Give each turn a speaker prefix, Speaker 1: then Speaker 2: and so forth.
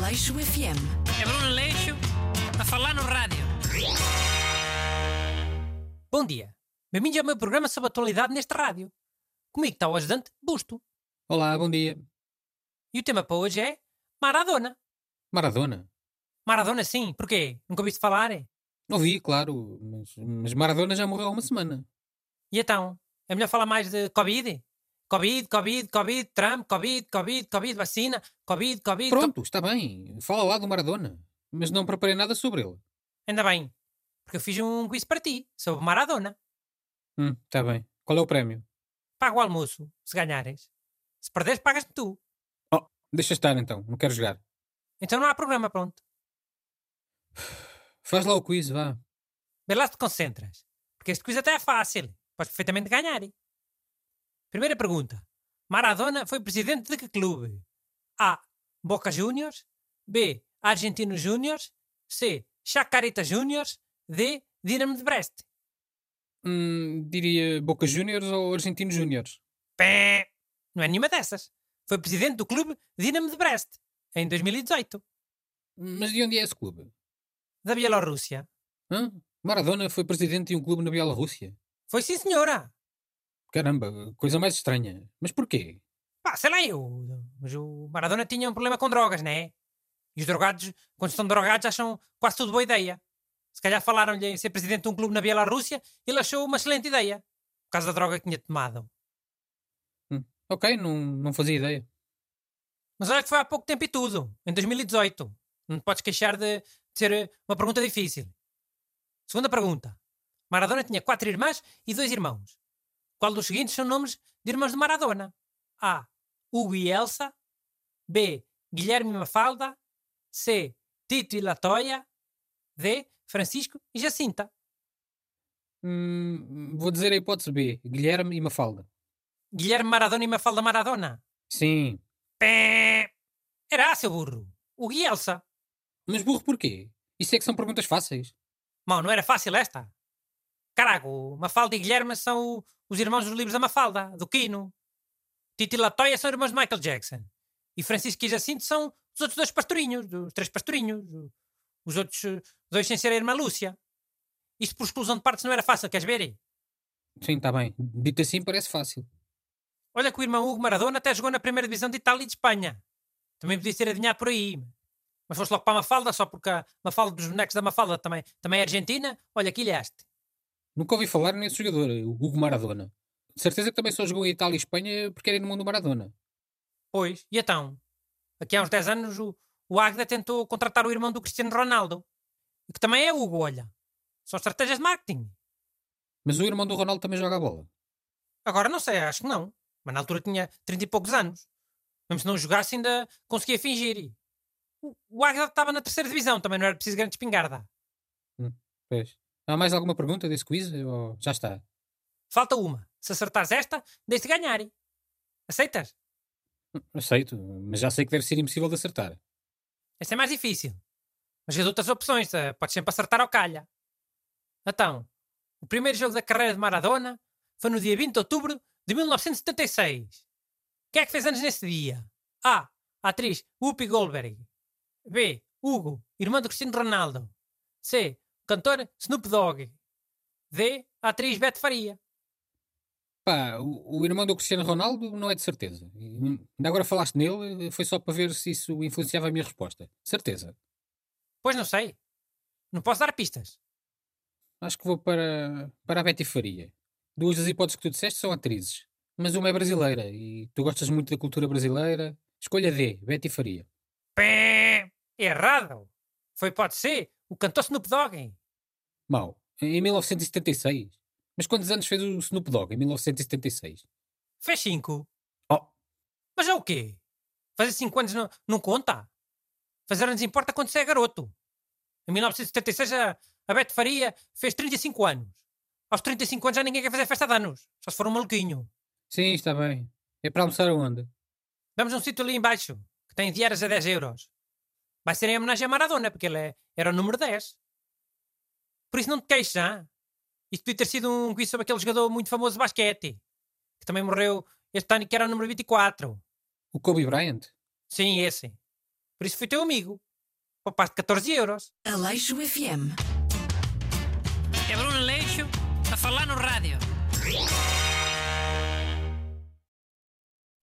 Speaker 1: Leixo FM.
Speaker 2: É Bruno Leixo a falar no rádio. Bom dia. Bem-vindos ao meu programa sobre atualidade neste rádio. Comigo está o ajudante Busto.
Speaker 3: Olá, bom dia.
Speaker 2: E o tema para hoje é Maradona.
Speaker 3: Maradona.
Speaker 2: Maradona sim, porquê? Nunca ouviste falar? é?
Speaker 3: Não vi, claro, mas, mas Maradona já morreu há uma semana.
Speaker 2: E então? É melhor falar mais de Covid? Covid, Covid, Covid, Trump, Covid, Covid, Covid, vacina, Covid, Covid... co-
Speaker 3: Pronto, está bem. Fala lá do Maradona. Mas não preparei nada sobre ele.
Speaker 2: Ainda bem, porque eu fiz um quiz para ti, sobre Maradona.
Speaker 3: Hum, está bem. Qual é o prémio?
Speaker 2: Pago o almoço, se ganhares. Se perderes, pagas-me tu.
Speaker 3: Deixa estar então, não quero jogar.
Speaker 2: Então não há programa, pronto.
Speaker 3: Faz lá o quiz, vá.
Speaker 2: Vê lá se te concentras. Porque este quiz até é fácil. Podes perfeitamente ganhar. hein? Primeira pergunta. Maradona foi presidente de que clube? A. Boca Juniors. B. Argentinos Juniors. C. Chacarita Juniors. D. Dinamo de Brest.
Speaker 3: Hum, diria Boca Juniors ou Argentinos Juniors?
Speaker 2: Pé! Não é nenhuma dessas. Foi presidente do clube Dinamo de Brest em 2018,
Speaker 3: Mas de onde é esse clube?
Speaker 2: da Bielorrússia.
Speaker 3: Hã? Maradona foi presidente de um clube na Bielorrússia.
Speaker 2: Foi sim, senhora.
Speaker 3: Caramba, coisa mais estranha. Mas porquê?
Speaker 2: Pá, sei lá eu. Mas o Maradona tinha um problema com drogas, não é? E os drogados, quando estão drogados, acham quase tudo boa ideia. Se calhar falaram-lhe em ser presidente de um clube na Bielorrússia e ele achou uma excelente ideia. Por causa da droga que tinha tomado.
Speaker 3: Ok, não, não fazia ideia.
Speaker 2: Mas olha que foi há pouco tempo e tudo. Em 2018. Não te podes queixar de, de ser eh, uma pergunta difícil. Segunda pergunta. Maradona tinha quatro irmãs e dois irmãos. Qual dos seguintes são nomes de irmãos de Maradona? A. Hugo e Elsa. B. Guilherme e Mafalda. C. Tito e Latoya. D. Francisco e Jacinta.
Speaker 3: Hum, vou dizer a hipótese B: Guilherme e Mafalda.
Speaker 2: Guilherme Maradona e Mafalda Maradona.
Speaker 3: Sim,
Speaker 2: Pé. Era A, seu burro. Hugo e Elsa.
Speaker 3: Mas burro porquê? Isso é que são perguntas fáceis.
Speaker 2: Mão, não era fácil esta? Carago, Mafalda e Guilherme são o- os irmãos dos livros da Mafalda, do Quino. Tito e Latoya são irmãos de Michael Jackson. E Francisco e Jacinto são os outros dois pastorinhos, dos três pastorinhos. o- Os outros eh, dois sem ser a irmã Lúcia. Isto por exclusão de partes não era fácil, queres ver?
Speaker 3: Sim, está bem. Dito assim parece fácil.
Speaker 2: Olha que o irmão Hugo Maradona até jogou na primeira divisão de Itália e de Espanha. Também podia ser adivinhado por aí. Mas foste logo para a Mafalda, só porque a Mafalda dos bonecos da Mafalda também, também é argentina. Olha, que ilhaste.
Speaker 3: Nunca ouvi falar nesse jogador, o Hugo Maradona. De certeza que também só jogou em Itália e Espanha porque era irmão do Maradona.
Speaker 2: Pois, e então? Aqui há uns 10 anos o, o Águeda tentou contratar o irmão do Cristiano Ronaldo, que também é Hugo, olha. São estratégias de marketing.
Speaker 3: Mas o irmão do Ronaldo também joga a bola.
Speaker 2: Agora não sei, acho que não. Mas na altura tinha 30 e poucos anos. Mesmo se não jogasse ainda conseguia fingir. E O, o Águeda estava na terceira divisão, também não era preciso grande espingarda.
Speaker 3: Pois. Há mais alguma pergunta desse quiz? Ou já está.
Speaker 2: Falta uma. Se acertares esta, deixe-te ganhar. Aceitas?
Speaker 3: Aceito, mas já sei que deve ser impossível de acertar.
Speaker 2: Esta é mais difícil. Mas as outras opções, eh, podes sempre acertar ao calha. Então, o primeiro jogo da carreira de Maradona foi no dia 20 de outubro de 1976. Quem é que fez anos nesse dia? A. A atriz Whoopi Goldberg. B. Hugo, irmão do Cristiano Ronaldo. C. O cantor Snoop Dogg. D. A atriz Beth Faria.
Speaker 3: Pá, o, o irmão do Cristiano Ronaldo não é de certeza. E, hum, Ainda agora falaste nele, foi só para ver se isso influenciava a minha resposta. Certeza.
Speaker 2: Pois não sei. Não posso dar pistas.
Speaker 3: Acho que vou para, para a Betty Faria. Duas das hipóteses que tu disseste são atrizes, mas uma é brasileira e tu gostas muito da cultura brasileira. Escolha D, Betty Faria.
Speaker 2: Pé! Errado! Foi, pode ser, o cantor Snoop Dogg.
Speaker 3: Mau, em 1976. Mas quantos anos fez o Snoop Dogg em 1976?
Speaker 2: Fez 5.
Speaker 3: Oh.
Speaker 2: Mas é o quê? Fazer 5 anos não, não conta? Fazer anos importa quando se é garoto. Em 1976 a, a Beto Faria fez 35 anos. Aos 35 anos já ninguém quer fazer festa de anos. Só se for um maluquinho.
Speaker 3: Sim, está bem. É para almoçar aonde?
Speaker 2: Vamos a um sítio ali embaixo, que tem diárias a 10 euros. Vai ser em homenagem a Maradona, porque ele é- era o número 10. Por isso não te queixes, já. Isto podia ter sido um quiz sobre aquele jogador muito famoso de basquete, que também morreu este ano e que era o número 24.
Speaker 3: O Kobe Bryant?
Speaker 2: Sim, esse. Por isso fui teu amigo. para o par de 14 euros.
Speaker 1: Aleixo FM.
Speaker 2: É Bruno Leixo a falar no rádio.